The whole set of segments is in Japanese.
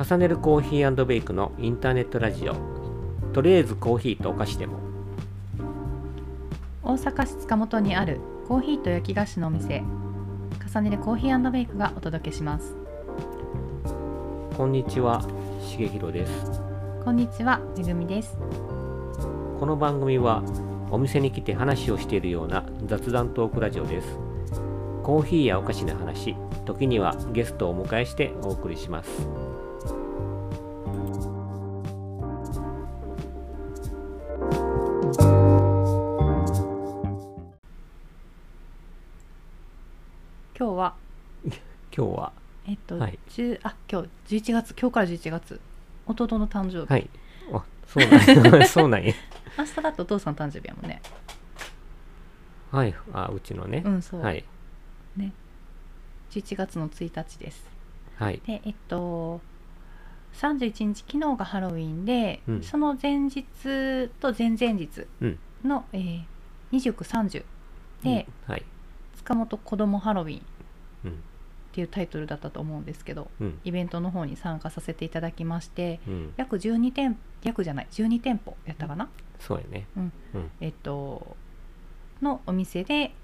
重ねるコーヒーベイクのインターネットラジオとりあえずコーヒーとお菓子でも大阪市塚本にあるコーヒーと焼き菓子のお店重ねるコーヒーベイクがお届けしますこんにちはしげひろですこんにちはめぐみですこの番組はお店に来て話をしているような雑談トークラジオですコーヒーやお菓子の話時にはゲストをお迎えしてお送りします今日は今日はえっと、はい10あ今日11月今日から11月弟の誕生日、はいあそう なんやそうなんや明日だとお父さん誕生日やもんねはいあうちのねう、んそう、はい11月の1日ですはいでえっと31日昨日がハロウィンで、うんその前日と前々日うんの、えー、2930で、うんはい塚本子どもハロウィン」っうんていうタイトルだったと思うんですけどうんイベントの方に参加させていただきましてうん約12店約じゃない12店舗やったかな、そうやねえっとのお店で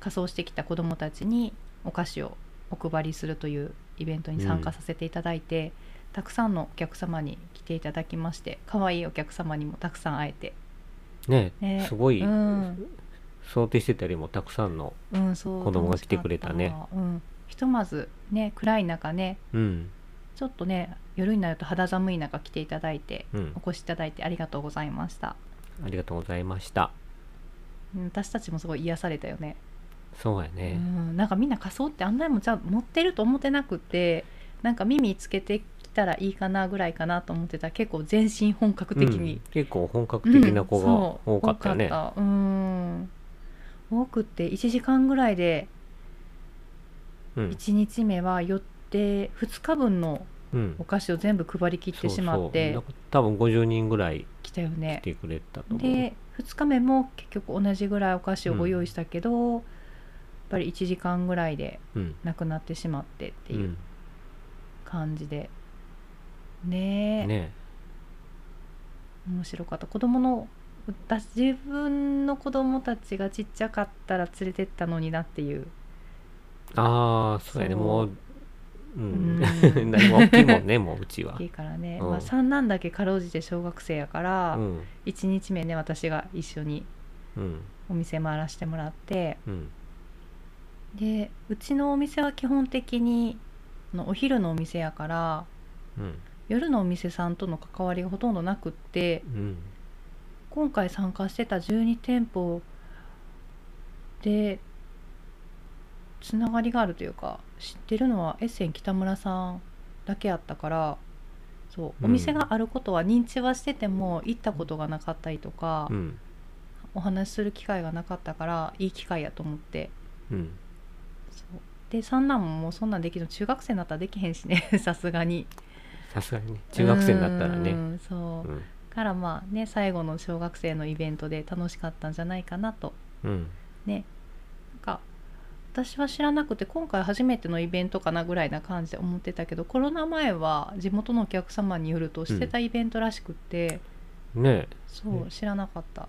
仮装してきた子どもたちにお菓子をお配りするというイベントに参加させていただいて、たくさんのお客様に来ていただきまして可愛いお客様にもたくさん会えてねねすごい、うん想定してたよりもたくさんのうんそう子供が来てくれたね楽しかったなうん、ひとまずね暗い中ねうんちょっとね夜になると肌寒い中来ていただいてうんお越しいただいてありがとうございましたありがとうございましたうん私たちもすごい癒されたよね、そうやうね、ん、なんかみんな仮装ってあんなにもじゃあ持ってると思ってなくてなんか耳つけてきたらいいかなぐらいかなと思ってたら結構全身本格的うんに、結構本格うん的な子がそう多かったよね、多かったうん多くって1時間ぐらいでうん1日目は寄って2日分のうんお菓子を全部配りきってしまっそてうそう多分50人ぐらい来たよね来てくれたと思う、で2日目も結局同じぐらいお菓子をご用意したけど、やっぱり1時間ぐらいでうんなくなってしまってってういうん感じで、ねえね面白かった子供の私自分の子供たちがちっちゃかったら連れてったのになっていうああそうやねそうもうううんん 何も大きいもんねもううちは大きいからね、うんまあ、三男だけかろうじて小学生やから、うん1日目ね私が一緒にうんお店回らせてもらってうんでうちのお店は基本的にあのお昼のお店やからうん夜のお店さんとの関わりがほとんどなくってうん今回参加してた12店舗でつながりがあるというか知ってるのはエッセン北村さんだけやったからそううおん店があることは認知はしてても行ったことがなかったりとか、うんお話しする機会がなかったからいい機会やと思ってうんそうで三男ももうそんなんできるの中学生になったらできへんしね さすがにさすがにね中学生になったらうねんそうう、んからまあね最後の小学生のイベントで楽しかったんじゃないかなとうんねなんか私は知らなくて今回初めてのイベントかなぐらいな感じで思ってたけどコロナ前は地元のお客様によるとしてたイベントらしくて、ねそうね知らなかった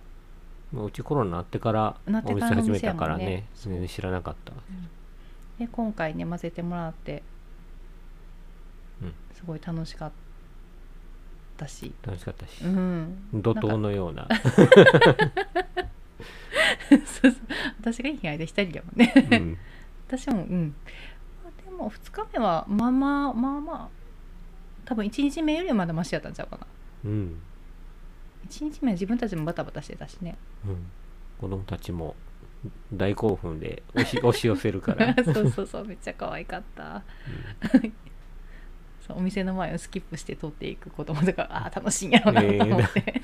もううちコロナになってからなっておか店らの始めたからお店やもんねねそう全然知らなかったで今回ね混ぜてもらってうんすごい楽しかったし、楽しかったしうん、怒涛なんかのようなそうそう私がいい間一人だもんねうん私もうんでも2日目はまあまあまあまあ多分1日目よりはまだマシやったんちゃうかなうん1日目は自分たちもバタバタしてたしねうん子供たちも大興奮で押 し押し寄せるからそうそうそうめっちゃ可愛かったそうお店の前をスキップして通っていく子供とかああ楽しいんやろうなと思って、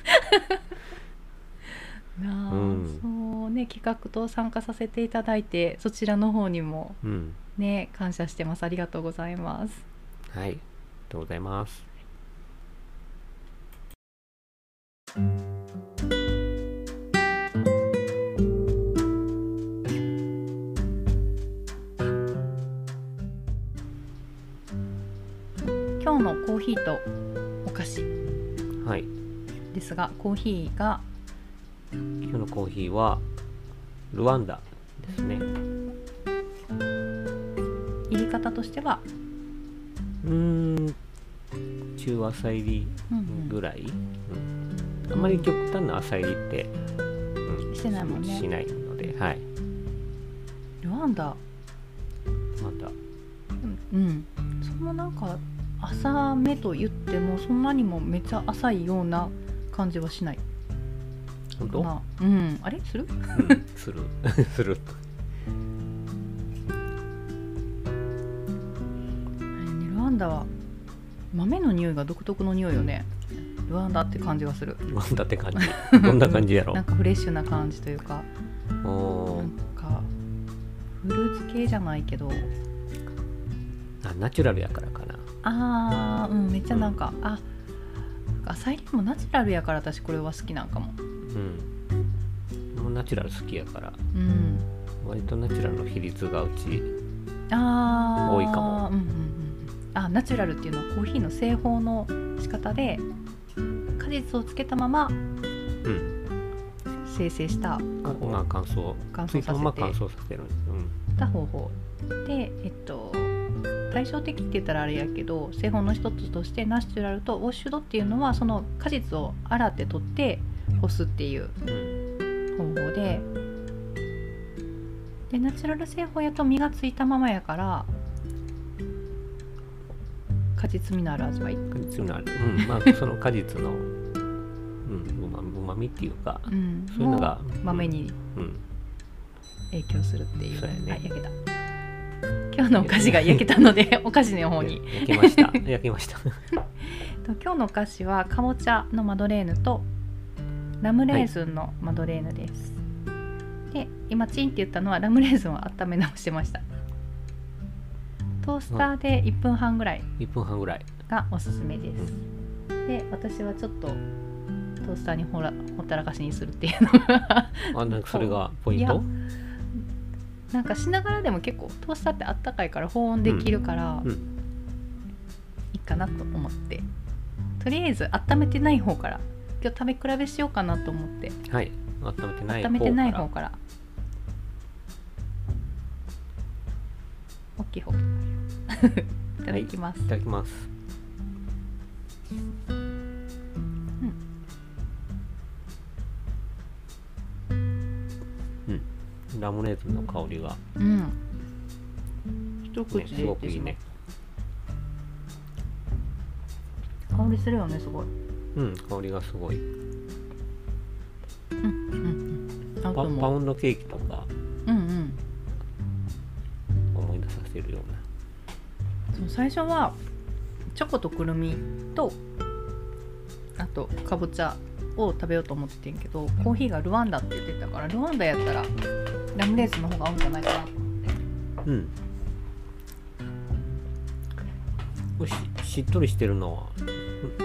なあ、うんそうね企画と参加させていただいてそちらの方にもうんうんね感謝してますありがとうございますはいありがとうございます今日今日のコーヒーとお菓子はいですがコーヒーが今日のコーヒーはルワンダですね入り方としては、うーん中浅入りうんうぐん、らい、うんあんまり極端な浅入りって、うんしてないもんねしないのではいルワンダまたうんそんななんか浅めと言ってもそんなにもめっちゃ浅いような感じはしない本か当、なうんあれするうんするするねルワンダは豆の匂いが独特の匂いよねルワンダって感じがするルワンダって感じどんな感じやろなんかフレッシュな感じというかおなーんかフルーツ系じゃないけどあナチュラルやからかなあーうんめっちゃなんか、あ浅いりもナチュラルやから私これは好きなんかもうんもうナチュラル好きやからうん割とナチュラルの比率がうちあー多いかもうんうんうん、あナチュラルっていうのはコーヒーの製法の仕方で果実をつけたままうん生成したかまあ乾燥乾燥ついたままさせ乾て燥させるんですた方法でえっと対照的って言ったらあれやけど製法の一つとしてナチュラルとウォッシュドっていうのはその果実を洗って取って干すっていううん、うん方法ででナチュラル製法やと実がついたままやから果実味のある味わい果実のあるうんまあその果実のうんうまみっていうかうんそういうのがも豆にうん影響するっていう。そうやねあ焼けた。今日のお菓子が焼けたので、お菓子の方に。焼けました焼けましたと今日のお菓子はかぼちゃのマドレーヌとラムレーズンのマドレーヌです。で、今チンって言ったのはラムレーズンを温め直してました。トースターで1分半ぐらい1分半ぐらいがおすすめです。で、私はちょっとトースターにほらほったらかしにするっていうのが。あなんかそれがポインいやトなんかしながらでも結構トースターってあったかいから保温できるから、うんういいかなと思ってとりあえず温めてない方から今日食べ比べしようかなと思ってはい温めてない方から温めてない方から大きい方いただきます、いただきますうん、ラムネーズンの香りが、うん一口ね、ですごくいいね香りするよねすごいうん香りがすごいうんうんうん合パうとパ思ウうンドケーキとかうんうん思い出させるようなそう最初はチョコとくるみとあとかぼちゃを食べようと思っててんけどコーヒーがルワンダって言ってたからルワンダやったらラムレーズンの方が合うんじゃないかなうん。これししっとりしてるのは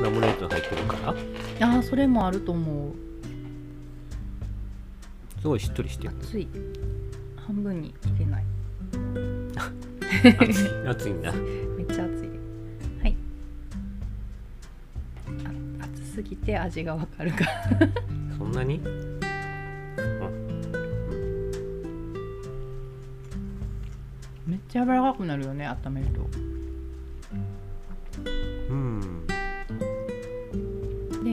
ラムレーズン入ってるからあーそれもあると思うすごいしっとりしてる熱い半分に切れない熱い熱いなめっちゃ熱いはいあ熱すぎて味がわかるかそんなに めっちゃ柔らかくなるよね温めるとうん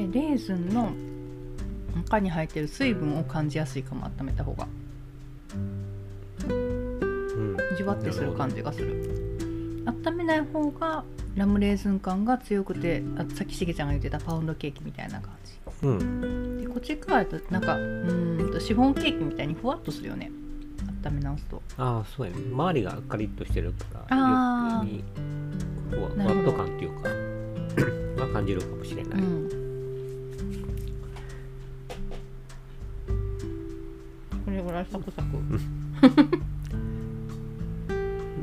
でレーズンの中に入ってる水分を感じやすいかも温めた方がうんじわってする感じがする温めない方がラムレーズン感が強くてあさっきしげちゃんが言ってたパウンドケーキみたいな感うんじでこっち側やとなんかうーんとシフォンケーキみたいにふわっとするよね温め直すとああそうやね周りがカリッとしてるからあー余計にふわなふわるほっどと感っていうかは感じるか もしれない、うんこれぐらいサクサク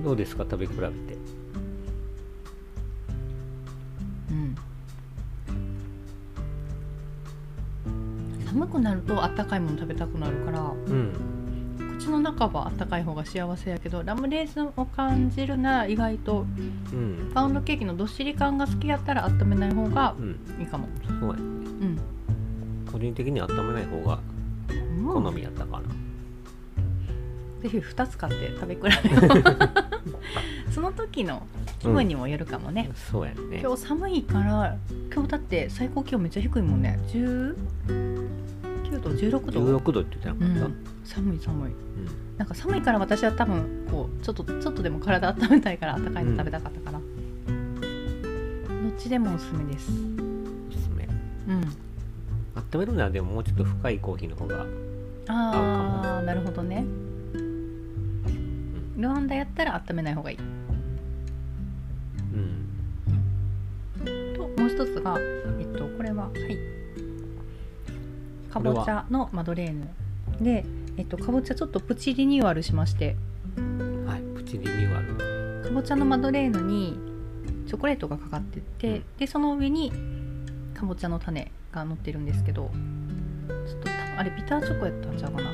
どうですか食べ比べてうん寒くなるとあったかいもの食べたくなるからうんちの中はあったかい方が幸せやけどラムレーズンを感じるなら意外とうんパウンドケーキのどっしり感が好きやったら温めない方がうんいいかも、そうやうん、個人的には温めない方が好みやったかな、ぜひ2つ買って食べ比べようその時の気分にもよるかもね、そうやね今日寒いから今日だって最高気温めっちゃ低いもんね19度16度16度って言ってうなかった、ん、寒い寒いうんなんか寒いから私は多分こうちょっとちょっとでも体温めたいから温かいの食べたかったから、どっちでもおすすめですうんおすすめ温めるならでももうちょっと深いコーヒーの方がああなるほどねルワンダやったら温めない方がいいうんともう一つが、えっと、これは、はい、かぼちゃのマドレーヌで、えっと、かぼちゃちょっとプチリニューアルしましてはいプチリニューアルかぼちゃのマドレーヌにチョコレートがかかってて、うんでその上にかぼちゃの種が乗ってるんですけどちょっと多分あれビターチョコやったんちゃうかな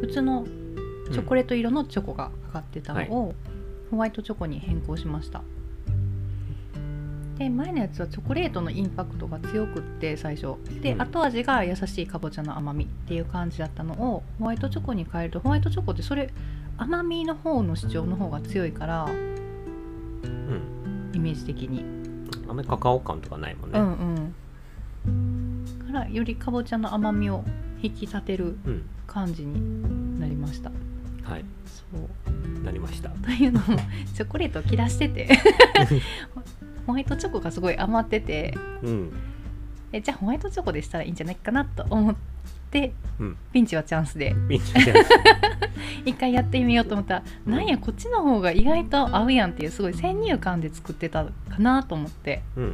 普通のチョコレレート色のチョコがかかってたのを、ホワイトチョコに変更しましたで前のやつはチョコレートのインパクトが強くって最初で、うん後味が優しいかぼちゃの甘みっていう感じだったのをホワイトチョコに変えるとホワイトチョコってそれ甘みの方の主張の方が強いからうんイメージ的に、あんまりカカオ感とかないもんうねんうんからよりかぼちゃの甘みを引き立てるうん、感じになりましたはいそうなりましたというのも チョコレートを切らして てホワイトチョコがすごい余ってて うんえじゃあホワイトチョコでしたらいいんじゃないかなと思って、うんピンチはチャンスでいいんじゃないですか一回やってみようと思ったら、うんなんやこっちの方が意外と合うやんっていうすごい先入観で作ってたかなと思ってうんうん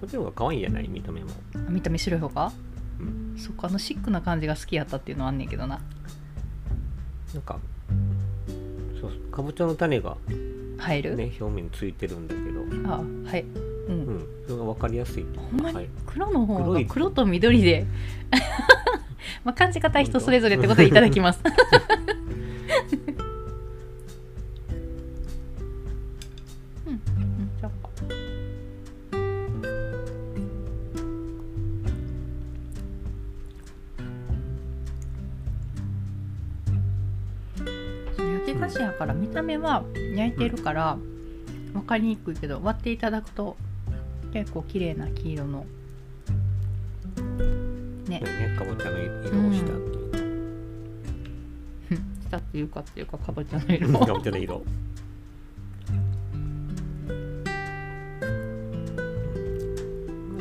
こっちの方が可愛いんじゃない見た目もあ見た目白い方が、うそっかあのシックな感じが好きやったっていうのはあんねんけどななんかそうそうかぼちゃの種が入る、ね表面についてるんだけど、うあはいうん、ん、それが分かりやすいほんまにはい黒の方黒がい黒と緑 でまあ感じ方は人それぞれってことでいただきます うんうんじゃあそう焼き菓子やから見た目は焼いてるから分かりにくいけど割っていただくと結構綺麗な黄色のねねかぼちゃの色をしたって いうか、したっていうかっていうかかぼちゃの色かぼちゃの色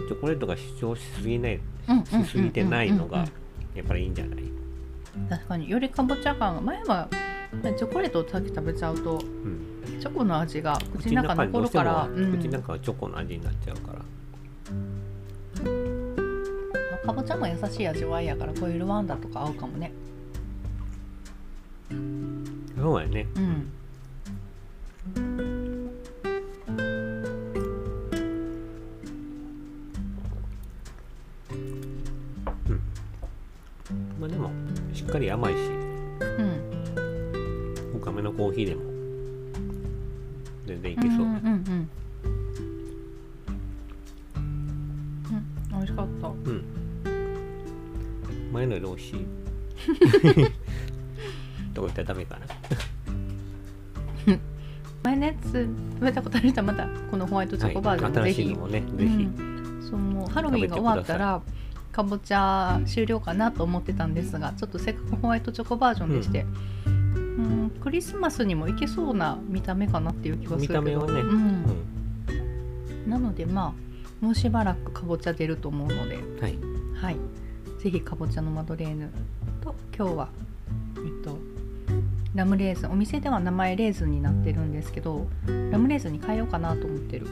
チョコレートが主張しすぎないしすぎてないのうんうんうんうんうんがやっぱりいいんじゃない確かによりかぼちゃ感が前はチョコレートをさっき食べちゃうとうんチョコの味が口口のの中中にど残うるしてもから、うん口の中はチョコの味になっちゃうからかぼちゃも優しい味わいやからこういうルワンダとか合うかもねそうやねうんまあでもしっかり甘いしうん深めのコーヒーでも全然いけそう、うんうんうん美味しかった前のより美味しい どこ行ったらダメかな前のやつ食べたことある人はまたこのホワイトチョコバージョンもはぜい、新ひ、しいのもねうぜひ、ん、そうもうハロウィンが終わったらかぼちゃ終了かなと思ってたんですがちょっとせっかくホワイトチョコバージョンでして、うん、クリスマスにもいけそうな見た目かなっていう気がするけど見た目はねう、うんんなのでまあもうしばらくかぼちゃ出ると思うので、はいはい、ぜひかぼちゃのマドレーヌと今日は、えっと、ラムレーズンお店では名前レーズンになってるんですけどラムレーズンに変えようかなと思ってる、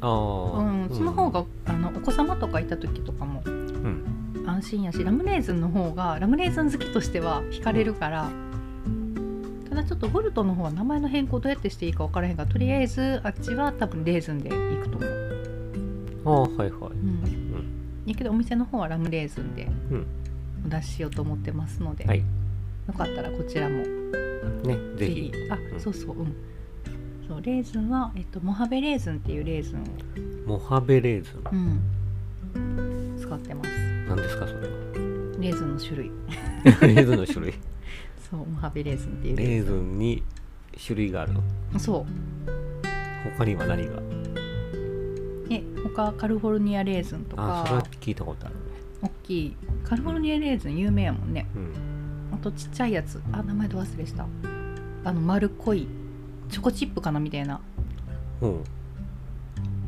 あうあ、ん、その方が、あのお子様とかいた時とかもうん安心やしラムレーズンの方がラムレーズン好きとしては惹かれるから、ただちょっとボルトの方は名前の変更どうやってしていいか分からへんがとりあえずあっちは多分レーズンでいくと思う、ああはいはいうん、やけどお店の方はラムレーズンで、うんお出ししようと思ってますので、はいよかったらこちらもねぜぜひひあ、うんそうそううんそうレーズンは、えっと、モハベレーズンっていうレーズンモを、ハベレーズうンん、使ってます何ですかそ れはレーズンの種類レーズンの種類そうモハベレーズンっていうレーレーズンに種類があるのズンそう他には何がえ他カリフォルニアレーズンとあそれはか聞いたことあるね大きいカリフォルニアレーズン有名やもんねうんあとちっちゃいやつあ名前ど忘れしたあの丸っこいチョコチップかなみたいなうんう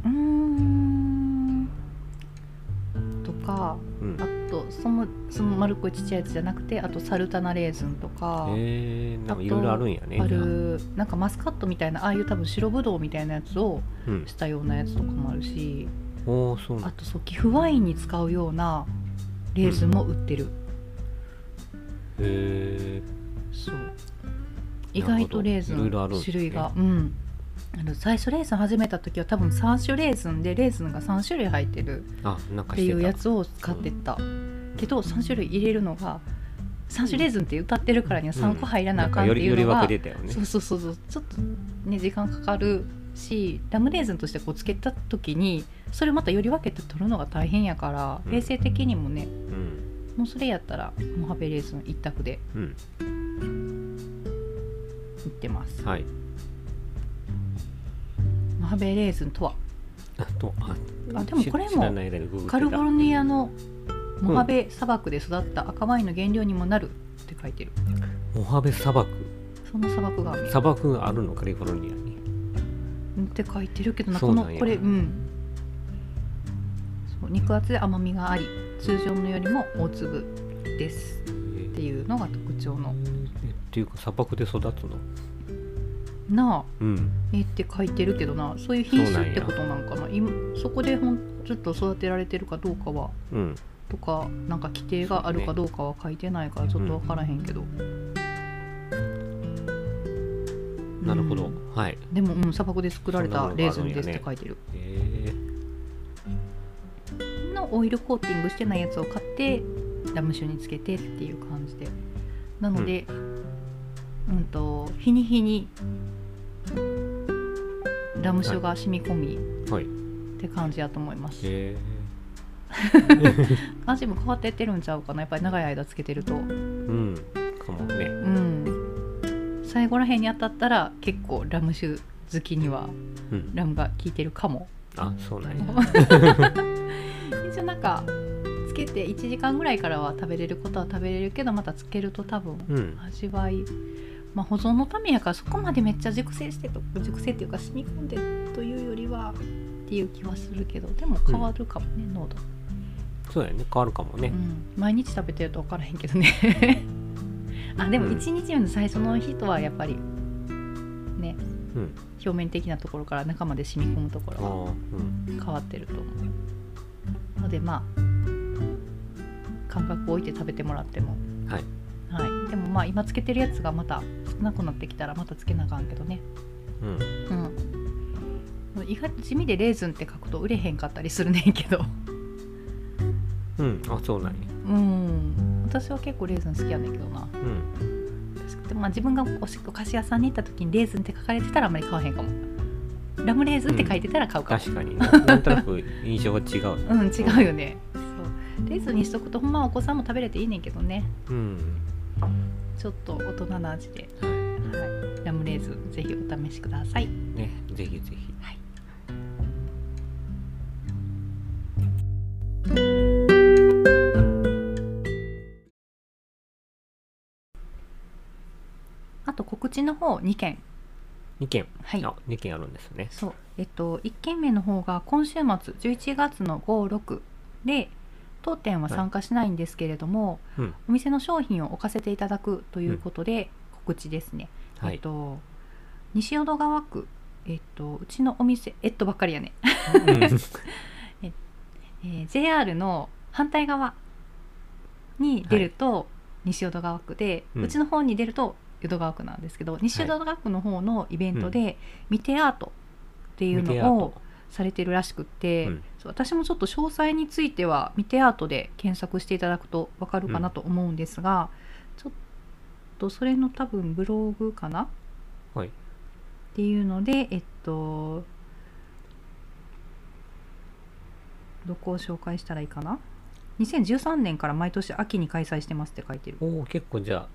ーんとかうんあとそのその丸っこいちっちゃいやつじゃなくてあとサルタナレーズンとか、えー、なんかいろいろあるんやねあじゃあるなんかマスカットみたいなああいう多分白ぶどうみたいなやつをうんしたようなやつとかもあるしおおそうなあんとそう寄付ワインに使うようなレーズンも売ってる、へそう意外とレーズいろいろあるんでンすね種類がうんあの最初レーズン始めた時は多分3種レーズンでレーズンが3種類入ってるーあなんかっしててたいうやつを使ってたけど3種類入れるのが3種レーズンって歌ってるからには3個入らなあかんっていうのなが、んかよりより分けてたよねそうそうそうそうちょっとね時間かかるしラムレーズンとしてこうつけた時にそれまたより分けて取るのが大変やからうん衛生的にもねうんもうそれやったらモハベレーズン一択でうんいってますはいモハベレーズンとはあとああでも知これ知らもない間にググってたカリフォルニアのモハベ砂漠で育った赤ワインの原料にもなるって書いてるモハベ砂漠そんな砂漠があるね砂漠があるのカリフォルニアにって書いてるけどなそうこなのんやこれうんそう肉厚で甘みがあり通常のよりも大粒ですえーっていうのが特徴のえっていうか砂漠で育つのなあうんえって書いてるけどなそういう品種ってことなんかな今そこでほんずっと育てられてるかどうかはうんとかなんか規定があるかどうかは書いてないからちょっと分からへんけど、なるほうどんはいでも、うん、砂漠で作られたレーズンですって書いてるえーのオイルコーティングしてないやつを買ってラム酒につけてっていう感じでなので、うん、と日に日にラム酒が染み込みっはいて感じやと思います、え 味も変わってってるんちゃうかなやっぱり長い間つけてるとーうんかもねうん最後らへんに当たったら結構ラム酒好きにはうんラムが効いてるかもあそうなんや一応なんかつけて1時間ぐらいからは食べれることは食べれるけどまたつけると多分うん味わい、まあ、保存のためやからそこまでめっちゃ熟成してと熟成っていうか染み込んでというよりはっていう気はするけどでも変わるかもね、濃度、そうやね変わるかもねうん毎日食べてると分からへんけどねあでもうん1日目の最初の人はやっぱりねうん表面的なところから中まで染み込むとこあろあはうん変わってると思うのでまあ感覚を置いて食べてもらってもはい、はい、でもまあ今つけてるやつがまた少なくなってきたらまたつけなあかんけどねうんうん意外と地味でレーズンって書くと売れへんかったりするねんけどうんあそうなんやうん私は結構レーズン好きやねんけどなうん確かでもまあ自分がおしお菓子屋さんに行った時にレーズンって書かれてたらあんまり買わへんかもラムレーズンって書いてたら買うかも、確かにななんとなく印象が違ううん違うよねそうレーズンにしとくとほんまはお子さんも食べれていいねんけどね うんちょっと大人の味で、ははい、ラムレーズンぜひお試しくださいいねぜひぜひはいあと告知の方2件2件はいあ2件あるんですねそうえっと1件目の方が今週末11月の56で当店は参加しないんですけれども、はいうんお店の商品を置かせていただくということで告知ですね、はえっいと西淀川区えっとうちのお店えっとばっかりやね、 えー JR の反対側に出ると西淀川区で、ううんちの方に出ると淀川区なんですけど西淀川区の方のイベントで、ミテアートってい う見てやのをとされてるらしくって、うんそう私もちょっと詳細については見てアートで検索していただくとわかるかなと思うんですが、ちょっとそれの多分ブログかなはいっていうのでえっとどこを紹介したらいいかな2013年から毎年秋に開催してますって書いてるおお結構じゃ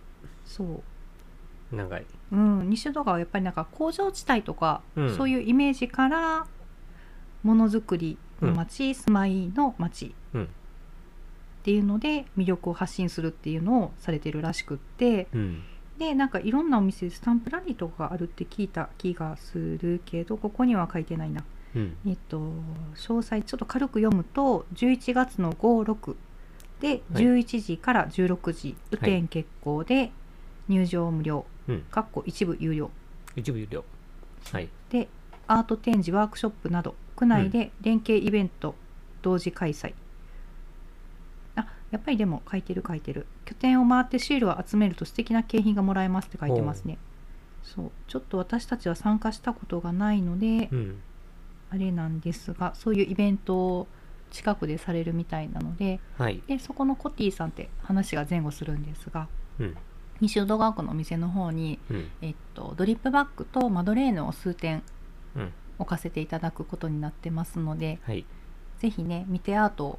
そうあ長いうん、西戸川はやっぱりなんか工場地帯とか、うんそういうイメージからものづくりの町、住まいの町、うんっていうので魅力を発信するっていうのをされてるらしくってうんでなんかいろんなお店スタンプラリーとかがあるって聞いた気がするけどここには書いてないな。うんえっと、詳細ちょっと軽く読むと11月の56ではい11時から16時、雨天決行で入場無料、うんかっこ一部有料一部有料はいでアート展示ワークショップなど区内で連携イベント同時開催、あやっぱりでも書いてる書いてる拠点を回ってシールを集めると素敵な景品がもらえますって書いてますねそうちょっと私たちは参加したことがないので、うんあれなんですがそういうイベントを近くでされるみたいなのではいでそこのコティさんって話が前後するんですがうん西淀川区のお店の方に、うんえっと、ドリップバッグとマドレーヌを数点うん置かせていただくことになってますので、はいぜひね見てアート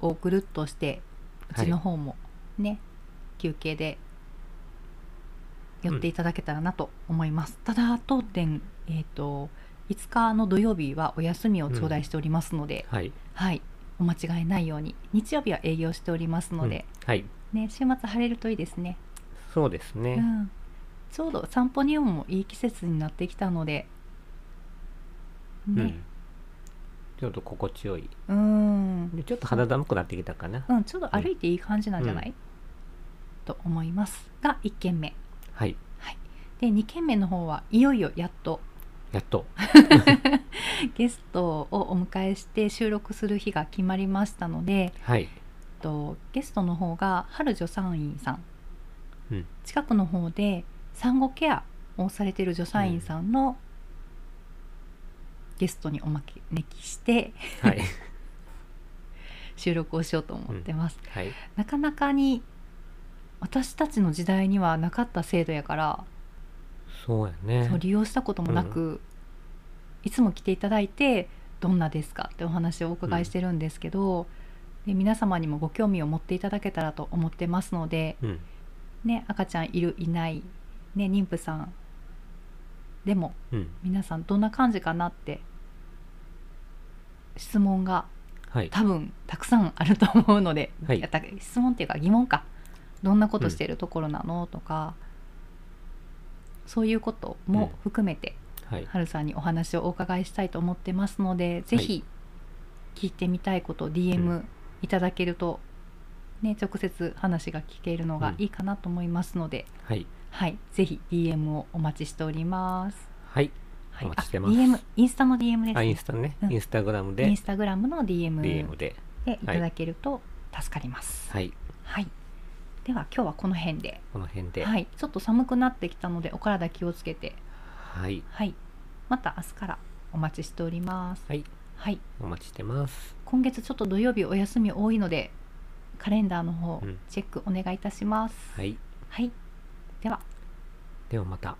をぐるっとしてうはいちの方もね、休憩で寄っていただけたらなと思います、ただ当店、えー、と5日の土曜日はお休みを頂戴しておりますので、はいはいお間違えないように日曜日は営業しておりますので、うんはいね、週末晴れるといいですね、そうですうねん、ちょうど散歩にもいい季節になってきたのでうねんちょっと心地よいうんでちょっと肌寒くなってきたかなうん、ちょうど歩いていい感じなんじゃない、と思いますが1軒目はいで2軒目の方はいよいよやっとやっとゲストをお迎えして収録する日が決まりましたのではいとゲストの方が春助産院さん、うん近くの方で産後ケアをされてる助産院さんのゲストにお招きしてはい収録をしようと思ってます、 はいなかなかに私たちの時代にはなかった制度やからそうやそうね利用したこともなく、いつも来ていただいてどんなですかってお話をお伺いしてるんですけど、で皆様にもご興味を持っていただけたらと思ってますので、うんね、赤ちゃんいるいない、ね、妊婦さんでもうん皆さんどんな感じかなって質問がはい多分たくさんあると思うので、はいやった質問っていうか疑問かどんなことしてるところなの、とかそういうことも含めて、はいはるさんにお話をお伺いしたいと思ってますのでぜひ聞いてみたいことをう DM いただけると、ね、直接話が聞けるのがいいかなと思いますので、はいはい、ぜひ DM をお待ちしております。はいはい、お待ちしてあます DM インスタの DM です、あね、インスタねうんインスタグラムイでンスタグラムの DM DM ででいただけると助かります。はいはい、では今日はこの辺で、この辺ではい、ちょっと寒くなってきたのでお体気をつけて、はいはい、また明日からお待ちしております。はいはい、お待ちしてます今月ちょっと土曜日お休み多いのでカレンダーの方うんチェックお願いいたします。はいはい、ではではまた